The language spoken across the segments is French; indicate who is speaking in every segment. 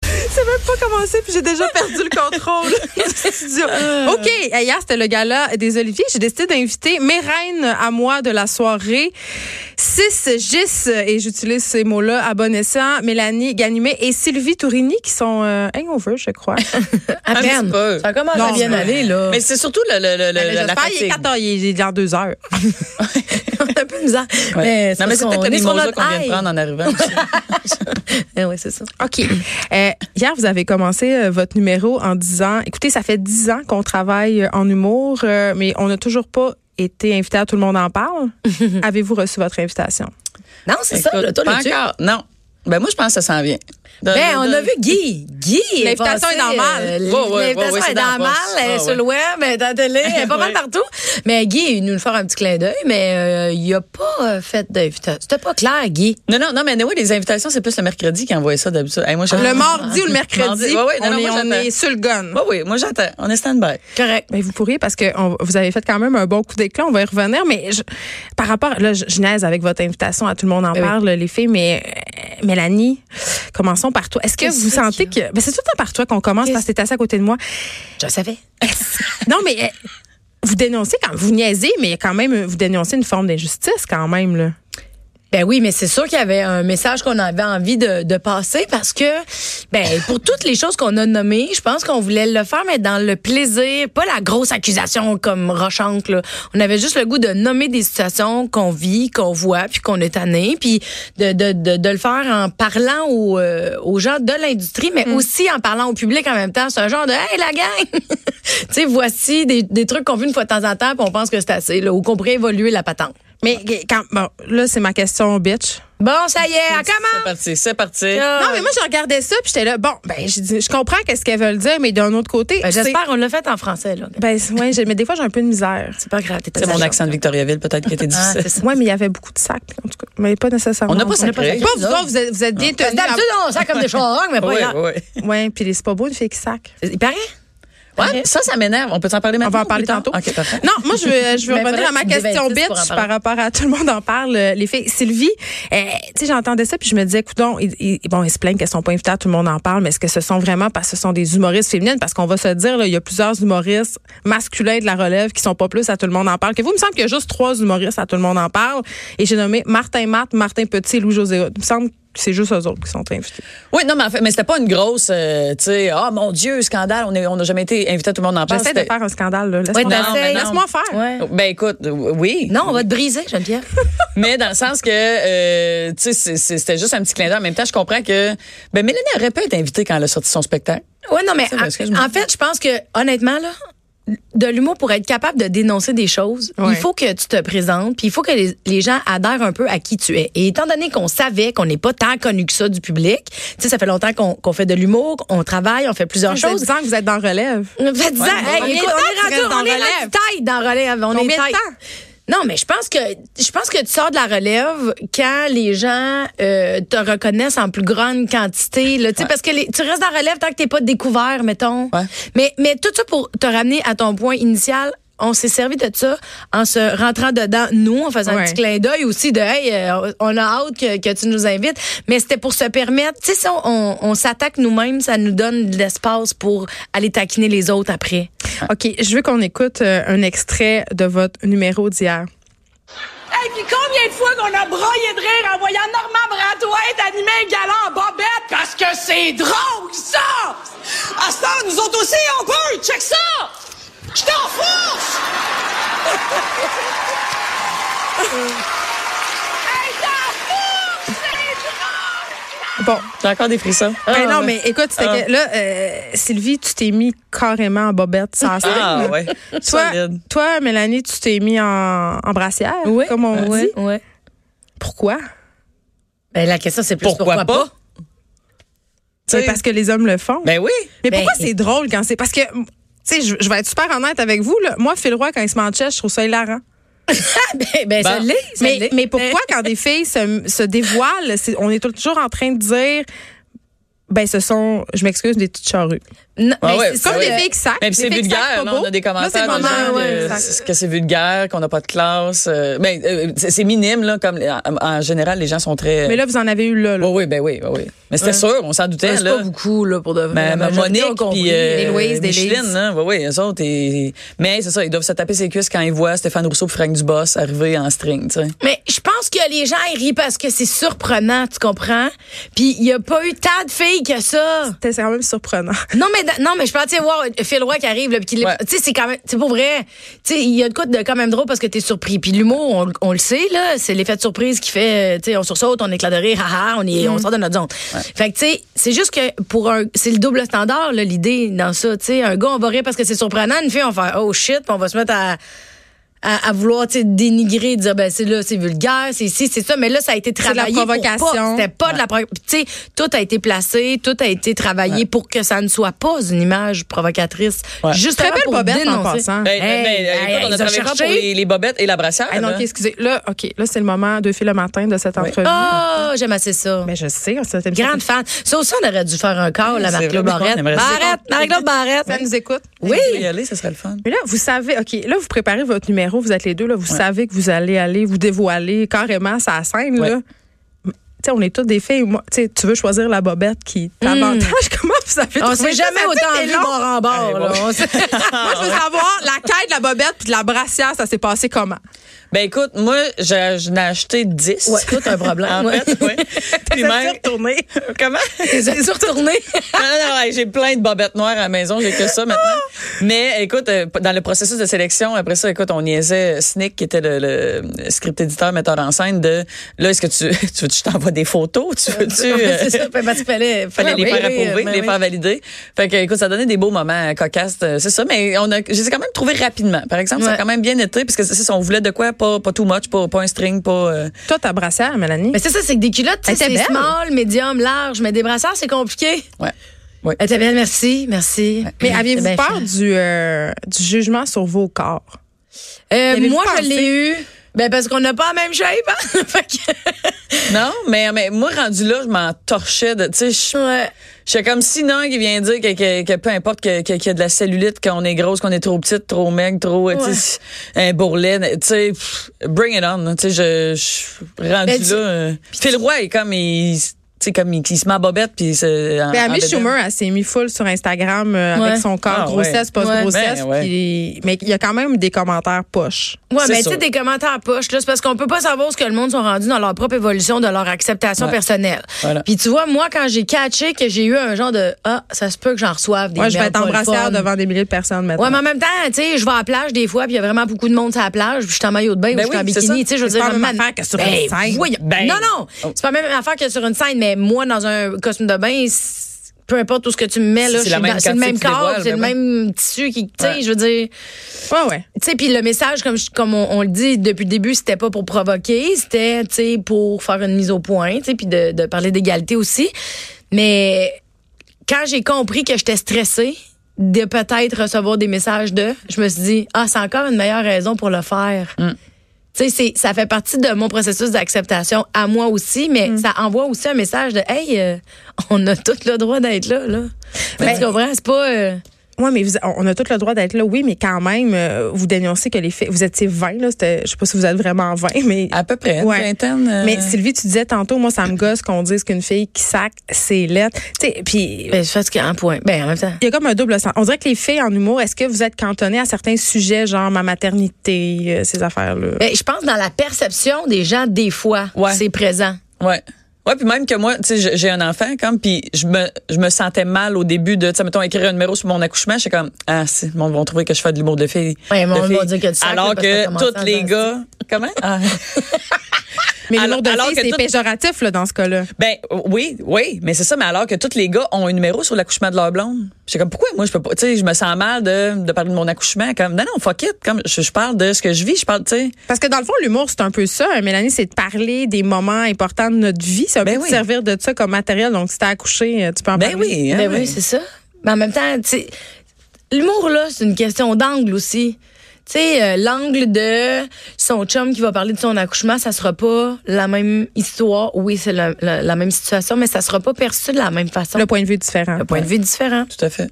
Speaker 1: C'est même pas commencé, puis j'ai déjà perdu le contrôle du studio. OK, hier, c'était le gala des Oliviers. J'ai décidé d'inviter mes reines à moi de la soirée. 6 Gis, et j'utilise ces mots-là à bon escient, Mélanie Ganimé et Sylvie Tourini, qui sont euh, hangover, je crois.
Speaker 2: À
Speaker 3: Un
Speaker 2: peine.
Speaker 3: petit peu.
Speaker 2: Ça commence à
Speaker 3: Non,
Speaker 2: bien
Speaker 3: mais-
Speaker 2: aller, là.
Speaker 3: Mais c'est surtout le, le, le- le- la
Speaker 1: J'espère
Speaker 3: fatigue.
Speaker 1: qu'il est 14, il est dans deux heures.
Speaker 2: C'est un peu bizarre.
Speaker 3: Ouais.
Speaker 2: Mais
Speaker 3: non, mais c'est peut-être le mimosa qu'on vient de prendre en arrivant.
Speaker 2: oui, Eh c'est ça.
Speaker 1: OK. Euh, hier, vous avez commencé euh, votre numéro en disant, écoutez, ça fait dix ans qu'on travaille euh, en humour, euh, mais on n'a toujours pas été invité à Tout le monde en parle. Avez-vous reçu votre invitation?
Speaker 2: Non, c'est ça.
Speaker 3: Écoute,
Speaker 2: Toi,
Speaker 3: pas
Speaker 2: le tube.
Speaker 3: encore. Non. Ben, moi, je pense que ça s'en vient. De-
Speaker 2: Ben,
Speaker 3: de-
Speaker 2: on
Speaker 3: de-
Speaker 2: a vu Guy. Guy.
Speaker 1: L'invitation est dans
Speaker 2: passé,
Speaker 1: mal.
Speaker 2: euh,
Speaker 3: Ouais, ouais,
Speaker 2: L'invitation
Speaker 3: ouais, ouais,
Speaker 2: est
Speaker 3: c'est dans
Speaker 2: dans
Speaker 3: la
Speaker 2: mal.
Speaker 3: poste.
Speaker 2: Elle est
Speaker 3: Ah,
Speaker 2: sur
Speaker 3: ouais.
Speaker 2: le web, elle est dans la télé, elle est pas mal partout. Mais Guy, il nous fait un petit clin d'œil, mais euh, il a pas euh, fait d'invitation. C'était pas clair, Guy.
Speaker 3: Non, non, non, mais oui, les invitations, c'est plus le mercredi qui envoie ça d'habitude. Hey, moi, Ah,
Speaker 1: Le mardi ou le mercredi,
Speaker 3: Oui, oui,
Speaker 1: on, est, on est sur le gun.
Speaker 3: Oui, oui, moi, j'attends. On est stand-by.
Speaker 2: Correct.
Speaker 1: Mais vous pourriez, parce que on- vous avez fait quand même un bon coup d'éclat, on va y revenir, mais je- par rapport, là, je, je naise avec votre invitation, à tout le monde en
Speaker 2: Ben oui.
Speaker 1: parle, les filles, mais euh, Mélanie, commençons par toi. Est-ce que
Speaker 2: Qu'est-ce
Speaker 1: vous
Speaker 2: que c'est
Speaker 1: sentez que...
Speaker 2: qu'il
Speaker 1: Ben, c'est tout le temps par toi qu'on commence,
Speaker 2: Qu'est-ce-
Speaker 1: parce que t'es assez à côté de moi.
Speaker 2: Je savais.
Speaker 1: Non, mais euh, vous dénoncez, quand vous niaisez, mais quand même, vous dénoncez une forme d'injustice quand même, là.
Speaker 2: Ben oui, mais c'est sûr qu'il y avait un message qu'on avait envie de, de passer parce que, ben, pour toutes les choses qu'on a nommées, je pense qu'on voulait le faire, mais dans le plaisir, pas la grosse accusation comme Rochanque, là. On avait juste le goût de nommer des situations qu'on vit, qu'on voit, puis qu'on est tanné, puis de, de, de, de le faire en parlant aux, euh, aux gens de l'industrie, mais aussi en parlant au public en même temps. C'est un genre de, hey, la gang! tu sais, voici des, des trucs qu'on vit une fois de temps en temps, puis on pense que c'est assez, là, ou qu'on pourrait évoluer la patente.
Speaker 1: Mais euh, quand... Bon, là, c'est ma question, bitch.
Speaker 2: Bon, ça y est, à comment?
Speaker 3: C'est parti, c'est parti.
Speaker 1: Non, mais moi, je regardais ça, puis j'étais là, bon, ben, j'ai dit, je comprends qu'est-ce qu'elles veulent dire, mais d'un autre côté...
Speaker 2: Ben,
Speaker 1: c'est-
Speaker 2: J'espère qu'on l'a fait en français, là.
Speaker 1: Ben, c'est- ouais, j'ai- mais des fois, j'ai un peu de misère.
Speaker 2: C'est pas grave. t'es
Speaker 3: C'est
Speaker 2: pas
Speaker 3: mon
Speaker 2: sage.
Speaker 3: accent de Victoriaville, peut-être, qui était
Speaker 2: Ah,
Speaker 3: difficile.
Speaker 2: c'est ça.
Speaker 1: Oui, mais il y avait beaucoup de sacs, en tout cas. Mais pas nécessairement.
Speaker 3: On n'a pas
Speaker 1: ça.
Speaker 3: sacré.
Speaker 1: Pas vous autres, vous êtes, vous êtes bien
Speaker 2: Parce que
Speaker 1: tenus.
Speaker 2: D'habitude, on sent comme des charognes, mais pas
Speaker 3: Oui,
Speaker 2: grave.
Speaker 3: oui.
Speaker 1: à- Ouais, puis les- c'est pas beau une fille qui sac.
Speaker 2: Il paraît.
Speaker 3: Ouais, ça, ça m'énerve. On peut en parler
Speaker 1: On
Speaker 3: maintenant?
Speaker 1: va en
Speaker 3: ou
Speaker 1: parler
Speaker 3: plus tard?
Speaker 1: tantôt.
Speaker 3: OK, parfait.
Speaker 1: Non, moi, je veux, je veux
Speaker 2: Ben,
Speaker 1: revenir
Speaker 2: faudrait
Speaker 1: à ma
Speaker 2: que tu me
Speaker 1: question
Speaker 2: dévêtisses pour en
Speaker 1: bitch par
Speaker 2: parler.
Speaker 1: rapport à tout le monde en parle, euh, les filles. Sylvie, euh, tu sais, j'entendais ça, puis je me disais, coudon, ils, ils- bon, ils se plaignent qu'elles sont pas invitées, à tout le monde en parle, mais est-ce que ce sont vraiment parce que ce sont des humoristes féminines? Parce qu'on va se dire, là, il y a plusieurs humoristes masculins de la relève qui sont pas plus à tout le monde en parle que vous. Il me semble qu'il y a juste trois humoristes à tout le monde en parle, et j'ai nommé Martin Matt, Martin Petit, Louis-José Hood. Il me semble que c'est juste eux autres qui sont invités.
Speaker 3: Oui, non, mais en fait, mais c'était pas une grosse, euh, tu sais, oh mon Dieu, scandale, on est- on n'a jamais été invité, tout le monde en parle.
Speaker 1: J'essaie de
Speaker 3: C'était-
Speaker 1: faire un scandale, là. Laisse-moi
Speaker 2: Ouais,
Speaker 1: faire.
Speaker 3: non, mais non.
Speaker 1: Laisse-moi faire.
Speaker 2: Ouais.
Speaker 3: Ben écoute, euh, oui.
Speaker 2: Non, on va te briser, Geneviève.
Speaker 3: Mais dans le sens que, euh, tu sais, c'est- c'est- c'était juste un petit clin d'œil. En même temps, je comprends que, ben Mélanie aurait pu être invitée quand elle a sorti son spectacle.
Speaker 2: Ouais, non, mais
Speaker 3: Ça va, excuse-moi.
Speaker 2: en, en fait, je pense que, honnêtement, là, de l'humour pour être capable de dénoncer des choses,
Speaker 1: Ouais.
Speaker 2: il faut que tu te présentes, puis il faut que les, les gens adhèrent un peu à qui tu es. Et étant donné qu'on savait qu'on n'est pas tant connu que ça du public, tu sais, ça fait longtemps qu'on qu'on fait de l'humour, on travaille, on fait plusieurs
Speaker 1: Ça fait
Speaker 2: choses.
Speaker 1: 10 ans que vous êtes dans relève.
Speaker 2: Ça fait 10 ans. Hey,
Speaker 1: on est
Speaker 2: écoute,
Speaker 1: content
Speaker 2: on
Speaker 1: que
Speaker 2: est
Speaker 1: tu
Speaker 2: rendu,
Speaker 1: restes dans
Speaker 2: on est
Speaker 1: relève.
Speaker 2: rendu tête dans relève. On
Speaker 1: Combien
Speaker 2: est
Speaker 1: de
Speaker 2: tête.
Speaker 1: temps?
Speaker 2: Non, mais je pense que je pense que tu sors de la relève quand les gens euh, te reconnaissent en plus grande quantité. Là, Tu sais, Parce que les- tu restes dans la relève tant que t'es pas découvert, mettons.
Speaker 3: Ouais.
Speaker 2: Mais, mais tout ça pour te ramener à ton point initial. On s'est servi de ça en se rentrant dedans, nous, en faisant
Speaker 1: Ouais.
Speaker 2: un petit clin d'œil aussi de Hey, euh, on a hâte que, que tu nous invites. Mais c'était pour se permettre, tu sais, si on, on- on s'attaque nous-mêmes, ça nous donne de l'espace pour aller taquiner les autres après.
Speaker 1: OK, je veux qu'on écoute euh, un extrait de votre numéro d'hier.
Speaker 4: Hey, puis combien de fois qu'on a broyé de rire en voyant Normand Bratoit animer un gala en bobette? Parce que c'est drôle, ça! À ce temps, nous autres aussi, on peut! Check ça! Je t'en force! hey, t'en force! C'est drôle!
Speaker 1: Bon,
Speaker 3: J'ai encore des frissons.
Speaker 1: ben non, mais écoute, c'était
Speaker 3: Ah.
Speaker 1: que là, euh, Sylvie, tu t'es mis carrément en bobette sans
Speaker 3: Ah,
Speaker 1: scène.
Speaker 3: ouais.
Speaker 1: Toi,
Speaker 3: Solide.
Speaker 1: toi, Mélanie, tu t'es mis en, en brassière, comme on dit.
Speaker 2: ouais.
Speaker 1: Pourquoi?
Speaker 2: Ben, la question, c'est plus
Speaker 3: Pourquoi, pas? Tu sais.
Speaker 1: C'est Ben, parce que les hommes le font.
Speaker 3: Ben oui.
Speaker 1: Mais
Speaker 2: Ben,
Speaker 1: pourquoi
Speaker 2: et-
Speaker 1: c'est drôle quand c'est. Parce que, tu sais, je, je vais être super honnête avec vous, là. Moi, Phil Roy, quand il se manche, je trouve ça hilarant.
Speaker 2: ben, ben, ça
Speaker 3: Bon.
Speaker 2: l'est. ça
Speaker 1: Mais,
Speaker 2: l'est.
Speaker 1: mais pourquoi, quand des filles se, se dévoilent, c'est- on est toujours en train de dire. Ben, ce sont, je m'excuse, des petites charrues.
Speaker 2: Non,
Speaker 3: Ah
Speaker 2: mais
Speaker 3: ouais,
Speaker 2: c'est
Speaker 3: ben
Speaker 2: ça,
Speaker 1: Comme
Speaker 3: ouais.
Speaker 1: des filles qui sacent.
Speaker 3: Même si
Speaker 1: des
Speaker 3: c'est
Speaker 1: filles qui sacent
Speaker 3: vulgaire,
Speaker 1: pas
Speaker 3: là, on
Speaker 1: beau.
Speaker 3: a des commentaires
Speaker 1: Là,
Speaker 3: de
Speaker 1: c'est le
Speaker 3: gens
Speaker 1: moment,
Speaker 3: de-
Speaker 1: ouais, ça-
Speaker 3: c'est- que c'est vulgaire, qu'on n'a pas de classe. euh, ben, euh, c'est c'est minime, là, comme en, en général, les gens sont très.
Speaker 1: Mais là, vous en avez eu là. là.
Speaker 3: oui, oui, ben oui, oui, oui. Mais c'était sûr, on s'en doutait.
Speaker 2: C'est
Speaker 3: là.
Speaker 2: pas beaucoup, là, pour de
Speaker 3: Ma-
Speaker 2: la
Speaker 3: ma
Speaker 2: majorité
Speaker 3: Monique,
Speaker 2: ont compris.
Speaker 3: puis euh,
Speaker 1: les Louise, des
Speaker 3: Micheline,
Speaker 1: Liz.
Speaker 3: hein, ouais, ouais, eux autres, ils- mais c'est ça, ils doivent se taper ses cuisses quand ils voient Stéphane Rousseau et Franck Dubos arriver en string, tu sais.
Speaker 2: Mais je pense que les gens ils rient parce que c'est surprenant, tu comprends? Puis il y a pas eu tant de filles que ça.
Speaker 1: C'était quand même surprenant.
Speaker 2: Non mais da- non mais je pense tu sais, wow, Phil Roy qui arrive là, puis qui l'est-
Speaker 3: Ouais.
Speaker 2: tu sais c'est quand même c'est pour vrai. Tu sais il y a de quoi de quand même drôle parce que t'es surpris. Puis l'humour on, on le sait là, c'est l'effet de surprise qui fait euh, tu sais on sursaute, on éclate de rire, haha, on est on sort de notre zone. Fait que tu sais c'est juste que pour un c'est le double standard là l'idée dans ça, tu sais un gars on va rire parce que c'est surprenant, une fille on va faire oh shit, puis on va se mettre à à, à vouloir tu sais, dénigrer, dire ben c'est là c'est vulgaire, c'est ici, c'est ça, mais là ça a été
Speaker 1: de la
Speaker 2: travaillé pour pas.
Speaker 1: provocation.
Speaker 2: C'était pas de la provocation. Tu sais, tout a été placé, tout a été travaillé pour que ça ne soit pas une image provocatrice.
Speaker 3: Ouais.
Speaker 2: Juste
Speaker 1: Très belle
Speaker 2: pour
Speaker 1: bobette, en
Speaker 2: dénoncer.
Speaker 1: passant.
Speaker 3: Ben,
Speaker 2: Ah. Hey,
Speaker 3: ben,
Speaker 2: hey,
Speaker 3: écoute, on
Speaker 2: ils
Speaker 3: a
Speaker 2: ont
Speaker 3: travaillé fort
Speaker 2: cherché.
Speaker 3: pour les, les bobettes et la brassière.
Speaker 1: Ah non,
Speaker 3: là.
Speaker 1: OK, excusez. Là, OK, là, c'est le moment de filles le matin de cette entrevue.
Speaker 2: Ah, j'aime assez ça.
Speaker 1: Mais je sais, on s'est
Speaker 2: Grande fan. Ça aussi, on aurait dû faire un call à
Speaker 3: C'est
Speaker 2: Marc-Claude
Speaker 3: vrai,
Speaker 2: Barrette.
Speaker 3: on aimerait ça.
Speaker 2: Barrette, Marc-Claude Barrette.
Speaker 1: Ça nous écoute.
Speaker 2: Oui.
Speaker 3: Y aller, ça serait le fun.
Speaker 1: Mais là, vous savez, OK, là, vous préparez votre numéro, vous êtes les deux, là, vous savez que vous allez aller vous dévoiler carrément ça scène,
Speaker 3: Ouais.
Speaker 1: là. Mais, Tu sais, on est toutes des filles. Moi, tu sais, tu veux choisir la bobette qui t'avantage. Comment vous avez
Speaker 2: Hmm. On
Speaker 1: trouvé
Speaker 2: s'est
Speaker 1: ça?
Speaker 2: jamais
Speaker 1: Ça a
Speaker 2: autant
Speaker 1: été
Speaker 2: vu
Speaker 1: long. Ah,
Speaker 2: bord en bord. là. On s'est-
Speaker 1: Moi, je veux savoir, la quête de la bobette puis de la brassière, ça s'est passé comment?
Speaker 3: Ben écoute, moi, j'ai- je n'ai acheté 10.
Speaker 2: Ouais, toi, t'as un problème,
Speaker 3: en
Speaker 2: ouais.
Speaker 3: fait, ouais. Puis même-
Speaker 1: retourné.
Speaker 3: Comment?
Speaker 2: Ils sont retournés.
Speaker 3: non, non, non, hey, j'ai plein de bobettes noires à la maison, j'ai que ça maintenant. Mais écoute, euh, dans le processus de sélection, après ça, écoute, on niaisait euh, Snick, qui était le, le script éditeur, metteur en scène, de là, est-ce que tu, tu veux que je t'envoie des photos? Tu veux-tu. euh,
Speaker 2: C'est ça. Ben, tu fallait,
Speaker 3: fallait les
Speaker 2: oui,
Speaker 3: faire
Speaker 2: oui,
Speaker 3: approuver,
Speaker 2: ben
Speaker 3: les
Speaker 2: oui.
Speaker 3: faire valider. Fait que, écoute, ça donnait des beaux moments euh, cocasses, euh, c'est ça. Mais on a, je les ai quand même trouvés rapidement. Par exemple, ça a
Speaker 2: Ouais.
Speaker 3: quand même bien été, parce que c'est ça, on voulait de quoi, pas, pas too much, pas, pas un string, pas. euh,
Speaker 1: Toi, ta brassière, Mélanie.
Speaker 2: Mais c'est ça, c'est que des culottes, tu sais,
Speaker 1: Elle
Speaker 2: c'est
Speaker 1: était belle.
Speaker 2: small, médium, large, mais des brassards, c'est compliqué.
Speaker 3: ouais.
Speaker 2: Elle était belle, merci, merci.
Speaker 1: Mais
Speaker 2: Elle était
Speaker 1: aviez-vous
Speaker 3: eh ben,
Speaker 2: bien
Speaker 1: peur du, euh, du jugement sur vos corps?
Speaker 2: Euh,
Speaker 1: L'avez-vous
Speaker 2: moi, je
Speaker 1: pensé?
Speaker 2: l'ai eu. Ben, parce qu'on n'a pas la même shape, hein? Fait que-
Speaker 3: Non, mais, mais moi, rendu là, je m'en torchais de. Tu sais, je-
Speaker 2: Ouais.
Speaker 3: J'étais comme sinon qui vient dire que, que, que peu importe que- que- qu'il y a de la cellulite, qu'on est grosse, qu'on est trop petite, trop maigre, trop euh, tu sais, un bourrelet, tu sais, pff, bring it on. là. Tu sais, je, je suis rendu
Speaker 2: Ben, tu-
Speaker 3: là. euh, Phil Roy est comme il, tu sais, comme il, il se met en bobette puis c'est en-
Speaker 1: Ben,
Speaker 3: en
Speaker 1: Amy
Speaker 3: bédaine.
Speaker 1: Schumer, elle s'est mis full sur Instagram euh,
Speaker 2: Ouais.
Speaker 1: avec son corps,
Speaker 3: Ah,
Speaker 1: grossesse,
Speaker 3: ouais. Ben,
Speaker 1: post-grossesse.
Speaker 3: Ouais.
Speaker 1: puis- Mais il y a quand même des commentaires poches.
Speaker 2: Ouais,
Speaker 3: C'est
Speaker 2: mais tu sais,
Speaker 3: sûr.
Speaker 2: des commentaires poches, là, c'est parce qu'on peut pas savoir ce que le monde sont rendus dans leur propre évolution, de leur acceptation
Speaker 3: Ouais.
Speaker 2: personnelle.
Speaker 3: Voilà.
Speaker 2: Puis tu vois, moi, quand j'ai catché que j'ai eu un genre de Ah, ça se peut que j'en reçoive des
Speaker 1: Moi, je vais
Speaker 2: merdes
Speaker 1: être en
Speaker 2: pas le
Speaker 1: brassière
Speaker 2: fun.
Speaker 1: devant des milliers de personnes maintenant.
Speaker 2: Ouais, mais en même temps, tu sais, je vais à la plage des fois, puis il y a vraiment beaucoup de monde sur la plage, puis je suis en maillot de bain
Speaker 3: Ben
Speaker 2: ou je suis en
Speaker 3: oui, c'est ça.
Speaker 2: bikini, tu sais, je veux
Speaker 1: C'est
Speaker 2: dire,
Speaker 1: pas la même
Speaker 2: man-
Speaker 1: affaire que sur
Speaker 2: Ben,
Speaker 1: une scène.
Speaker 2: voyons.
Speaker 3: Ben.
Speaker 2: Non, non,
Speaker 3: Oh.
Speaker 2: c'est pas la même affaire que sur une scène, mais moi, dans un costume de bain, c'est- peu importe tout ce que tu me mets, là,
Speaker 3: C'est
Speaker 2: je
Speaker 3: la
Speaker 2: suis
Speaker 3: même
Speaker 2: dans- c'est le
Speaker 3: quantité
Speaker 2: même
Speaker 3: qui se
Speaker 2: corps,
Speaker 3: dévoile,
Speaker 2: c'est le
Speaker 3: ben
Speaker 2: même tissu qui, tu sais,
Speaker 3: Ouais.
Speaker 2: je veux dire,
Speaker 1: Ouais, ouais.
Speaker 2: tu sais, puis le message, comme, je- comme on, on le dit depuis le début, c'était pas pour provoquer, c'était, tu sais, pour faire une mise au point, tu sais, puis de, de parler d'égalité aussi. Mais quand j'ai compris que j'étais stressée de peut-être recevoir des messages de, je me suis dit, ah, c'est encore une meilleure raison pour le faire. Tu sais, c'est- ça fait partie de mon processus d'acceptation à moi aussi, mais ça envoie aussi un message de, hey, euh, on a tout le droit d'être là, là.
Speaker 1: Ben,
Speaker 2: tu comprends? C'est pas. euh,
Speaker 1: Ouais, mais vous- on a tout le droit d'être là, oui, mais quand même, euh, vous dénoncez que les filles, vous étiez 20, là, c'était- je sais pas si vous êtes vraiment 20, mais.
Speaker 3: À peu près, une
Speaker 1: Ouais.
Speaker 3: vingtaine. euh,
Speaker 1: Mais Sylvie, tu disais tantôt, moi, ça me gosse qu'on dise qu'une fille qui sac, c'est lettre. Tu sais, puis
Speaker 2: ben, je pense qu'un point. Ben, en même temps.
Speaker 1: il y a comme un double sens. On dirait que les filles en humour, est-ce que vous êtes cantonnées à certains sujets, genre ma maternité, euh, ces affaires-là?
Speaker 2: Ben, je pense dans la perception des gens, des fois,
Speaker 3: Ouais.
Speaker 2: c'est présent.
Speaker 3: Ouais. Ouais, puis même que moi, tu sais, j'ai- j'ai un enfant, comme, puis je me, je me sentais mal au début de, tu sais, mettons, écrire un numéro sur mon accouchement, j'étais comme, ah, si, le monde va trouver que je fais de l'humour de fille.
Speaker 2: Ouais, mais
Speaker 3: de
Speaker 2: on va
Speaker 3: fille.
Speaker 2: dire que tu sacres,
Speaker 3: Alors
Speaker 2: parce que t'as
Speaker 3: que
Speaker 2: commencé
Speaker 3: tous
Speaker 2: en
Speaker 3: les
Speaker 2: disant
Speaker 3: gars, comment? Ah.
Speaker 1: Mais
Speaker 3: alors-
Speaker 1: l'humour de
Speaker 3: alors
Speaker 1: fille,
Speaker 3: que
Speaker 1: c'est
Speaker 3: tout-
Speaker 1: péjoratif là, dans ce cas-là.
Speaker 3: Ben oui, oui, mais c'est ça. Mais alors que tous les gars ont un numéro sur l'accouchement de leur blonde, j'étais comme pourquoi moi je peux pas. Tu sais, je me sens mal de, de parler de mon accouchement. Comme non non fuck it. Comme je, je parle de ce que je vis, je parle. Tu sais,
Speaker 1: Parce que dans le fond, l'humour, c'est un peu ça. hein, Mélanie, c'est de parler des moments importants de notre vie. Ça
Speaker 3: Ben
Speaker 1: peut te
Speaker 3: oui.
Speaker 1: servir de ça comme matériel. Donc, si t'as accouché, euh, tu peux en
Speaker 3: ben
Speaker 1: parler.
Speaker 3: oui. hein,
Speaker 2: Ben
Speaker 3: ouais.
Speaker 2: oui, c'est ça. Mais en même temps, tu sais, l'humour, là, c'est une question d'angle aussi. Tu sais, euh, l'angle de son chum qui va parler de son accouchement, ça sera pas la même histoire. Oui, c'est la, la- la même situation, mais ça sera pas perçu de la même façon.
Speaker 1: Le point de vue est différent.
Speaker 2: Le point de vue est différent.
Speaker 3: Tout à fait.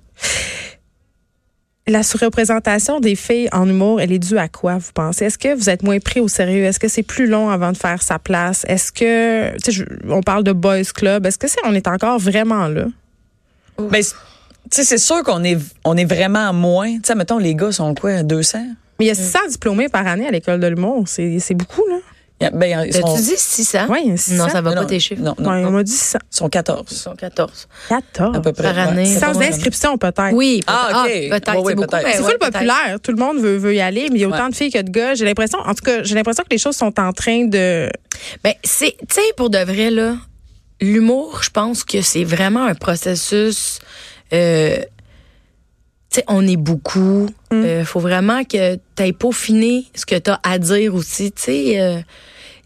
Speaker 1: La surreprésentation des filles en humour, elle est due à quoi, vous pensez? Est-ce que vous êtes moins pris au sérieux? Est-ce que c'est plus long avant de faire sa place? Est-ce que, tu sais, je- on parle de boys club. Est-ce que c'est, on est encore vraiment là?
Speaker 3: Ben c'est- tu sais, c'est sûr qu'on est on est vraiment moins. Tu sais, mettons les gars sont quoi 200.
Speaker 1: Mais il y a 600 diplômés par année à l'école de l'humour. C'est c'est beaucoup, là.
Speaker 3: Y a- Ben ils sont.
Speaker 2: Tu dis 600?
Speaker 1: Oui, il y a 600.
Speaker 2: Non, ça va
Speaker 3: Non,
Speaker 2: pas
Speaker 3: non,
Speaker 2: tes chiffres.
Speaker 3: Non, non,
Speaker 1: Ouais,
Speaker 3: non.
Speaker 1: on m'a dit 100.
Speaker 3: Ils sont 14
Speaker 2: sont 14.
Speaker 1: 14.
Speaker 3: à peu près.
Speaker 2: Par année.
Speaker 3: c'est
Speaker 1: Sans
Speaker 3: pas mal.
Speaker 1: inscription, peut-être.
Speaker 2: Oui, peut-
Speaker 3: Ah, ok.
Speaker 2: peut-être,
Speaker 3: Ouais, ouais,
Speaker 2: c'est beaucoup.
Speaker 3: peut-être.
Speaker 2: mais
Speaker 3: C'est
Speaker 1: C'est
Speaker 2: ouais,
Speaker 1: full
Speaker 2: peut-être.
Speaker 1: populaire. Tout le monde veut, veut y aller, mais il y a autant
Speaker 3: Ouais.
Speaker 1: de filles que de gars. J'ai l'impression, en tout cas, j'ai l'impression que les choses sont en train de.
Speaker 2: Ben, c'est, tu sais, pour de vrai, là, l'humour, je pense que c'est vraiment un processus. Euh, tu sais, on est beaucoup. Euh, faut vraiment que tu peaufiné ce que tu as à dire aussi. Tu sais, euh,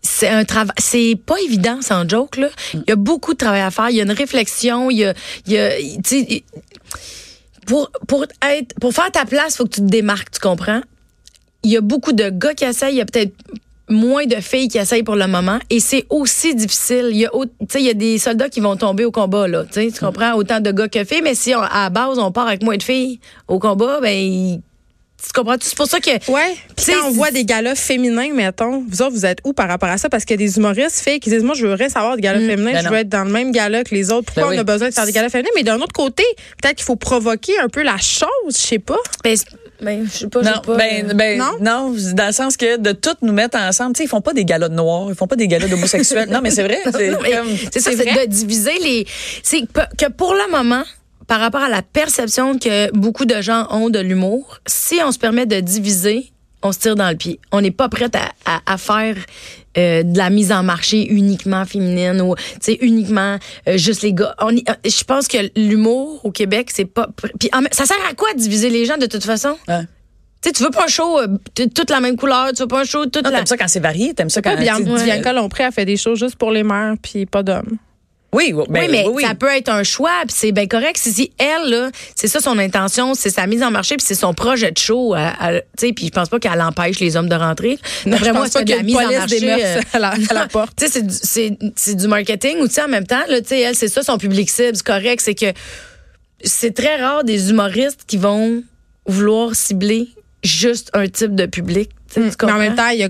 Speaker 2: c'est un travail. C'est pas évident, sans joke, là. Il y a beaucoup de travail à faire. Il y a une réflexion. Il y a. il y a- tu sais, pour, pour, être, pour faire ta place, faut que tu te démarques, tu comprends? il y a beaucoup de gars qui essayent, il y a peut-être moins de filles qui essayent pour le moment et c'est aussi difficile. Il y a au- tu sais il y a des soldats qui vont tomber au combat là, tu sais, tu comprends autant de gars que filles mais si on- à la base on part avec moins de filles au combat ben il- tu comprends c'est pour ça que
Speaker 1: Ouais. Puis
Speaker 2: T'sais,
Speaker 1: quand on
Speaker 2: c'est-
Speaker 1: voit des galas féminins, mettons, vous autres, vous êtes où par rapport à ça? Parce qu'il y a des humoristes filles qui disent, moi, je veux rien savoir de galas féminins,
Speaker 3: Ben
Speaker 1: je
Speaker 3: non.
Speaker 1: veux être dans le même gala que les autres. Pourquoi
Speaker 3: Ben
Speaker 1: on a
Speaker 3: oui.
Speaker 1: besoin de faire des galas féminins? Mais d'un autre côté, peut-être qu'il faut provoquer un peu la chose, je sais pas.
Speaker 2: ben, c'est- ben, je sais pas, je sais
Speaker 3: Non,
Speaker 2: pas,
Speaker 3: ben,
Speaker 2: euh,
Speaker 3: ben,
Speaker 1: non?
Speaker 3: non? dans le sens que de toutes nous mettre ensemble, tu sais, ils font pas des galas de noirs, ils font pas des galas d'homosexuels. non, mais c'est vrai. C'est
Speaker 2: Non, mais
Speaker 3: comme-
Speaker 2: c'est ça, c'est de diviser les. C'est que- que pour le moment, par rapport à la perception que beaucoup de gens ont de l'humour, si on se permet de diviser, on se tire dans le pied. On n'est pas prête à, à- à faire euh, de la mise en marché uniquement féminine ou tu sais, uniquement euh, juste les gars. On y- euh, Je pense que l'humour au Québec, c'est pas. pr- Puis en même- ça sert à quoi de diviser les gens de toute façon?
Speaker 3: Ouais.
Speaker 2: Tu sais, tu veux pas un show euh, t- toute la même couleur, tu veux pas un show toute
Speaker 3: Non,
Speaker 2: la.
Speaker 3: t'aimes ça quand c'est varié, t'aimes ça quand.
Speaker 1: Pas Bian-
Speaker 3: tu euh, sais,
Speaker 1: Bianca Lompré a fait des choses juste pour les mères, puis pas d'hommes.
Speaker 3: Oui, oui, ben,
Speaker 2: oui, mais
Speaker 3: oui, oui.
Speaker 2: ça peut être un choix, puis c'est bien correct. Si, si elle, là, c'est ça son intention, c'est sa mise en marché, puis c'est son projet de show. elle- elle- Tu sais, puis je pense pas qu'elle empêche les hommes de rentrer.
Speaker 1: je
Speaker 2: D'après moi,
Speaker 1: pense
Speaker 2: c'est
Speaker 1: pas
Speaker 2: de la
Speaker 1: qu'il
Speaker 2: mise
Speaker 1: y
Speaker 2: en
Speaker 1: a une
Speaker 2: marché.
Speaker 1: police des mœurs à la- à la
Speaker 2: non,
Speaker 1: porte.
Speaker 2: Tu sais, c'est du- c'est c'est du marketing ou tu sais en même temps, là, tu sais, elle, c'est ça son public cible, c'est correct, c'est que c'est très rare des humoristes qui vont vouloir cibler juste un type de public. tu sais, tu
Speaker 1: Mm. Mais en
Speaker 2: comprends?
Speaker 1: même temps, il y a,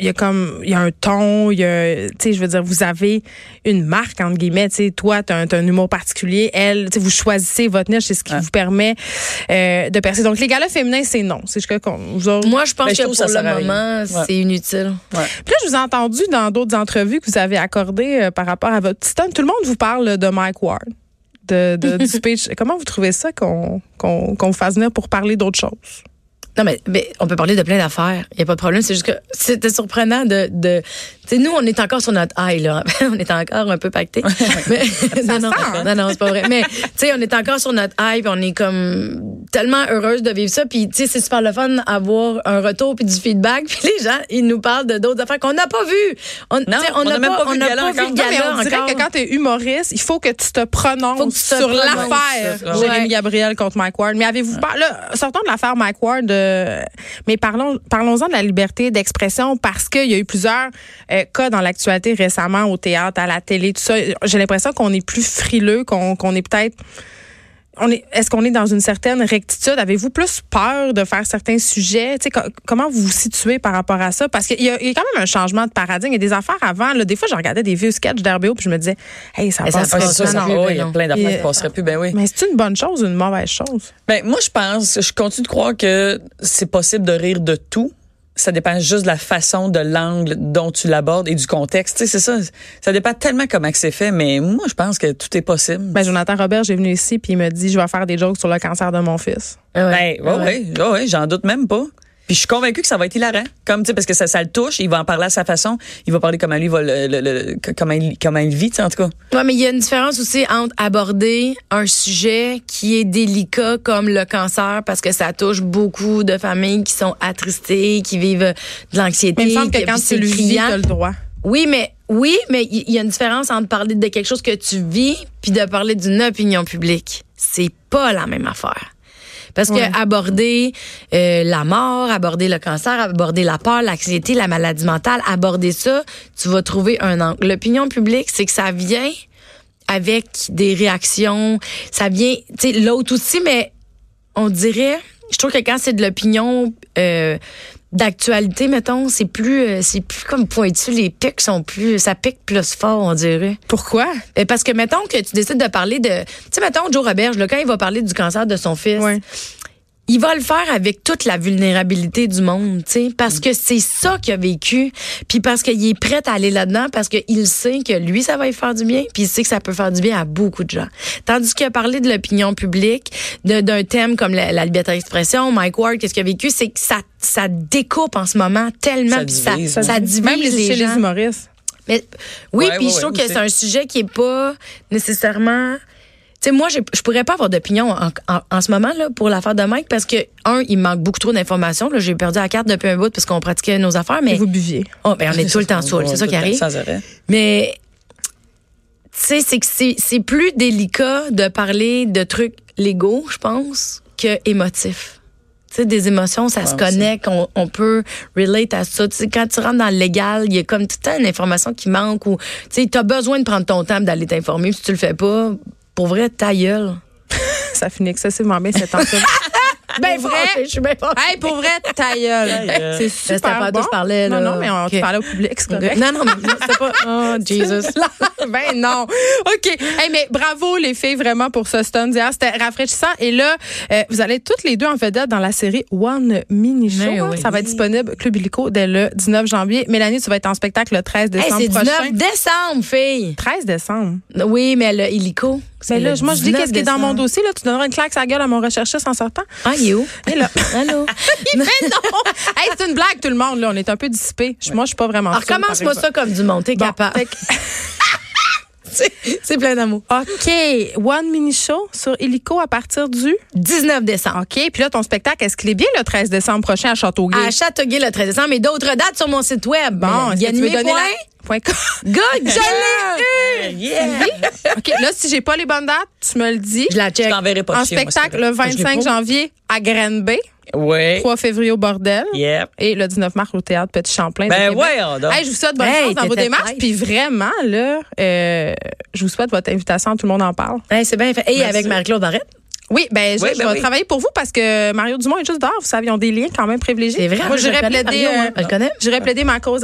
Speaker 1: il y a comme il y a un ton, il y a tu sais je veux dire vous avez une marque entre guillemets, tu sais toi tu as, un humour particulier, elle tu sais vous choisissez votre niche, c'est ce qui vous permet euh, de percer. Donc les galas féminins c'est non, c'est ce que qu'on- vous autres-
Speaker 2: moi, je pense
Speaker 3: Ben, je
Speaker 2: que
Speaker 3: trouve ça
Speaker 2: pour le
Speaker 3: sert à rien.
Speaker 2: moment,
Speaker 3: Ouais.
Speaker 2: c'est inutile.
Speaker 1: Puis là, je vous ai entendu dans d'autres entrevues que vous avez accordées euh, par rapport à votre petit homme. Tout le monde vous parle de Mike Ward. De, de- du speech. Comment vous trouvez ça qu'on qu'on qu'on vous fasse venir pour parler d'autres choses?
Speaker 2: Non, mais, mais on peut parler de plein d'affaires. Il n'y a pas de problème. C'est juste que c'était surprenant de. de tu sais, nous, on est encore sur notre high, là. on est encore un peu pacté. non, non,
Speaker 1: sent, hein?
Speaker 2: non, non, c'est pas vrai. Mais, tu sais, on est encore sur notre high, puis on est comme tellement heureuse de vivre ça. Puis, tu sais, c'est super le fun d'avoir un retour, puis du feedback. Puis les gens, ils nous parlent de d'autres affaires qu'on n'a pas vues. On, tu sais,
Speaker 3: on n'a même pas vu
Speaker 2: on
Speaker 3: le
Speaker 2: n'a
Speaker 3: gala
Speaker 2: pas vu
Speaker 3: encore. Non,
Speaker 2: le
Speaker 1: mais
Speaker 2: gala
Speaker 1: on dirait
Speaker 2: encore.
Speaker 1: que quand tu es humoriste, il faut que tu te prononces
Speaker 2: Faut que tu te
Speaker 1: sur
Speaker 2: prononces.
Speaker 1: l'affaire
Speaker 3: Ouais.
Speaker 1: Jérémy Gabriel contre Mike Ward. Mais avez-vous pas là sortons de l'affaire Mike Ward euh, mais parlons parlons-en de la liberté d'expression parce qu'il y a eu plusieurs euh, cas dans l'actualité récemment au théâtre, à la télé, tout ça. J'ai l'impression qu'on est plus frileux qu'on qu'on est peut-être on est, est-ce qu'on est dans une certaine rectitude? Avez-vous plus peur de faire certains sujets? Tu sais, co- comment vous vous situez par rapport à ça? Parce qu'il y, a- il y a quand même un changement de paradigme. Il y a des affaires avant. Là, des fois, je regardais des vieux sketchs d'RBO puis je me disais, hey, ça
Speaker 2: Mais ça
Speaker 1: passe
Speaker 3: Ah, c'est sûr,
Speaker 2: Non,
Speaker 3: ça-
Speaker 2: non,
Speaker 3: oh,
Speaker 2: ben
Speaker 3: il y a
Speaker 2: non.
Speaker 3: plein
Speaker 1: Et-
Speaker 3: d'affaires qui passeraient plus, ben oui.
Speaker 1: Mais c'est une bonne chose ou une mauvaise chose?
Speaker 3: Ben, moi, je pense, je continue de croire que c'est possible de rire de tout. Ça dépend juste de la façon, de l'angle dont tu l'abordes et du contexte. Tu sais, c'est ça. Ça dépend tellement comment que c'est fait, mais moi, je pense que tout est possible.
Speaker 1: Ben, Jonathan Robert, j'ai venu ici puis il me dit, je vais faire des jokes sur le cancer de mon fils.
Speaker 2: Ah ouais.
Speaker 3: Ben, ouais, ouais, ouais, ouais, j'en doute même pas. Puis je suis convaincue que ça va être hilarant. Comme, tu sais, parce que ça, ça le touche, il va en parler à sa façon, il va parler comment lui va le, le- le- le- comment il, comment il vit, tu sais, en tout cas.
Speaker 2: Ouais, mais il y a une différence aussi entre aborder un sujet qui est délicat comme le cancer parce que ça touche beaucoup de familles qui sont attristées, qui vivent de l'anxiété.
Speaker 1: Mais il me semble que quand
Speaker 2: puis c'est
Speaker 1: tu le vis,
Speaker 2: criant.
Speaker 1: t'as le droit.
Speaker 2: Oui, mais oui, mais il il y a une différence entre parler de quelque chose que tu vis puis de parler d'une opinion publique. C'est pas la même affaire. Parce que aborder euh, la mort, aborder le cancer, aborder la peur, l'anxiété, la maladie mentale, aborder ça, tu vas trouver un angle. L'opinion publique, c'est que ça vient avec des réactions, ça vient, tu sais, l'autre aussi, mais on dirait, je trouve que quand c'est de l'opinion euh, d'actualité, mettons, c'est plus, euh, c'est plus comme pointu, les pics sont plus, ça pique plus fort, on dirait.
Speaker 1: Pourquoi?
Speaker 2: Euh, Parce que mettons que tu décides de parler de, tu sais, mettons Joe Roberge, là, quand il va parler du cancer de son fils,
Speaker 1: Ouais.
Speaker 2: il va le faire avec toute la vulnérabilité du monde, tu sais, parce que c'est ça qu'il a vécu, puis parce qu'il est prêt à aller là-dedans, parce qu'il sait que lui, ça va lui faire du bien, puis il sait que ça peut faire du bien à beaucoup de gens. Tandis qu'il a parlé de l'opinion publique, de- d'un thème comme la, la liberté d'expression, Mike Ward, qu'est-ce qu'il a vécu, c'est que ça, ça découpe en ce moment tellement,
Speaker 3: Ça
Speaker 2: puis ça,
Speaker 3: divise,
Speaker 2: ça,
Speaker 3: ouais.
Speaker 2: divise
Speaker 1: Même les,
Speaker 2: les
Speaker 1: chez
Speaker 2: gens.
Speaker 1: les humoristes.
Speaker 2: Mais oui,
Speaker 3: Ouais,
Speaker 2: puis
Speaker 3: ouais,
Speaker 2: je trouve
Speaker 3: ouais,
Speaker 2: que
Speaker 3: aussi.
Speaker 2: c'est un sujet qui est pas nécessairement tu sais, moi, j'ai- je pourrais pas avoir d'opinion en, en- en ce moment là pour l'affaire de Mike parce que un, il me manque beaucoup trop d'informations. Là, j'ai perdu la carte depuis un bout parce qu'on pratiquait nos affaires,
Speaker 1: Et
Speaker 2: mais
Speaker 1: vous buviez.
Speaker 2: Oh, ben, on est tout le temps saoul, c'est ça qui arrive.
Speaker 3: Sans arrêt.
Speaker 2: Mais tu sais, c'est que c'est c'est plus délicat de parler de trucs légaux, je pense, que émotifs. Tu sais, des émotions, ça se
Speaker 3: pense
Speaker 2: connecte, on, on peut relate à ça. Tu sais, quand tu rentres dans le légal, il y a comme tout le temps une information qui manque ou, tu sais, t'as besoin de prendre ton temps d'aller t'informer. Si tu le fais pas, pour vrai, ta gueule.
Speaker 1: Ça finit excessivement bien cette ensemble.
Speaker 2: Ben vrai! Je suis bien fâchée.
Speaker 1: hey, pour vrai, ta gueule. C'est
Speaker 2: c'était pas à
Speaker 1: super
Speaker 2: toi
Speaker 1: bon.
Speaker 2: que je parlais, là.
Speaker 1: Non, non, mais on
Speaker 2: Ok.
Speaker 1: parlait au public, c'est correct.
Speaker 2: Non, non, mais c'est pas... Oh, Jesus.
Speaker 1: ben non. OK. Hey, mais bravo les filles vraiment pour ce stunt d'hier. C'était rafraîchissant. Et là, euh, vous allez toutes les deux en vedette dans la série One Mini Show.
Speaker 2: Mais
Speaker 1: hein.
Speaker 2: Ben oui.
Speaker 1: Ça va être disponible Club Illico dès le 19 janvier. Mélanie, tu vas être en spectacle le 13
Speaker 2: Hey,
Speaker 1: décembre
Speaker 2: c'est
Speaker 1: prochain.
Speaker 2: 19 décembre, fille!
Speaker 1: 13 décembre.
Speaker 2: Oui, mais le illico. c'est
Speaker 1: Mais Ben là,
Speaker 2: le
Speaker 1: moi, je dis
Speaker 2: 19
Speaker 1: qu'est-ce qui est dans mon
Speaker 2: décembre.
Speaker 1: dossier. Là, tu donneras une claque à gueule à mon recherchiste en sortant.
Speaker 2: Ah, il est où?
Speaker 1: Et là.
Speaker 2: Allô?
Speaker 1: Mais non! Hey, c'est une blague, tout le monde. Là. On est un peu dissipés. Je- Moi, je suis pas vraiment
Speaker 2: Alors,
Speaker 1: sûre, par
Speaker 2: Ah, recommence-moi
Speaker 1: exemple.
Speaker 2: ça comme du monde, t'es
Speaker 1: Bon,
Speaker 2: capable.
Speaker 1: fait que-
Speaker 2: C'est plein d'amour.
Speaker 1: OK. One Mini Show sur Illico à partir du...
Speaker 2: 19 décembre.
Speaker 1: OK. Puis là, ton spectacle, est-ce qu'il est bien le 13 décembre prochain à Châteauguay?
Speaker 2: À Châteauguay le 13 décembre et d'autres dates sur mon site web.
Speaker 1: Bon, est-ce que tu veux donner la... Point com.
Speaker 2: Good, je l'ai eu!
Speaker 1: OK, là, si j'ai pas les bonnes dates, tu me le dis.
Speaker 2: Je la
Speaker 3: Je
Speaker 2: check.
Speaker 3: t'enverrai pas
Speaker 1: En
Speaker 3: de chien, moi,
Speaker 1: spectacle le
Speaker 3: c'est vrai. Je l'ai
Speaker 1: 25
Speaker 3: pas.
Speaker 1: janvier à Grande Bay,
Speaker 3: Oui.
Speaker 1: 3 février au Bordel.
Speaker 3: Yep.
Speaker 1: Et le 19 mars au théâtre Petit Champlain. de
Speaker 3: Ben
Speaker 1: Québec.
Speaker 3: voyons donc.
Speaker 1: Hey, je vous souhaite bonne
Speaker 2: Hey,
Speaker 1: chance dans vos
Speaker 2: t'étais
Speaker 1: démarches.
Speaker 2: prête.
Speaker 1: Puis vraiment, là, euh, je vous souhaite votre invitation. Tout le monde en parle.
Speaker 2: Hey, c'est bien fait. Et avec Marie-Claude Barrette.
Speaker 1: Oui, ben, je,
Speaker 3: Oui,
Speaker 1: je
Speaker 3: ben
Speaker 1: vais
Speaker 3: oui.
Speaker 1: travailler pour vous parce que Mario Dumont est juste dehors. Vous savez, ils ont des liens quand même privilégiés.
Speaker 2: C'est vrai.
Speaker 1: Moi,
Speaker 2: Je le
Speaker 1: j'aurais
Speaker 2: connais,
Speaker 1: plaidé,
Speaker 2: Mario, hein.
Speaker 1: euh,
Speaker 2: Je le connais.
Speaker 1: j'aurais plaidé ma cause